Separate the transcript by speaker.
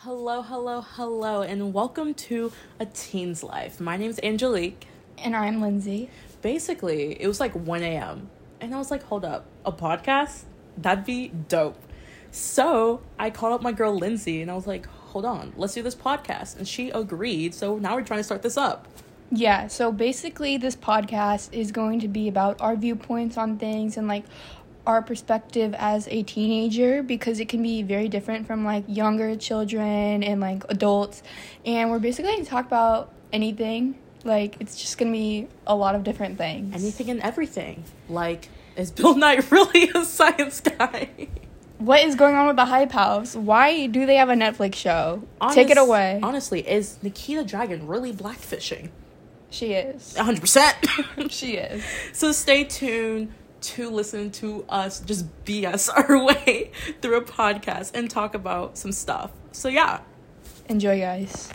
Speaker 1: Hello, hello, hello, and welcome to A Teen's Life. My name's Angelique.
Speaker 2: And I'm Lindsay.
Speaker 1: Basically, it was like 1 a.m., and I was like, hold up, a podcast? That'd be dope. So I called up my girl Lindsay, and I was like, hold on, let's do this podcast. And she agreed, so now we're trying to start this up.
Speaker 2: Yeah, so basically, this podcast is going to be about our viewpoints on things and like our perspective as a teenager because it can be very different from like younger children and like adults. And we're basically going to talk about anything. Like, it's just going to be a lot of different things.
Speaker 1: Anything and everything. Like, is Bill Knight really a science guy?
Speaker 2: What is going on with the Hype House? Why do they have a Netflix show? Take it
Speaker 1: Honest-
Speaker 2: away.
Speaker 1: Honestly, is Nikita Dragon really blackfishing?
Speaker 2: she is.
Speaker 1: Uh, 100%.
Speaker 2: she is.
Speaker 1: So stay tuned to listen to us just BS our way through a podcast and talk about some stuff. So, yeah.
Speaker 2: Enjoy, guys.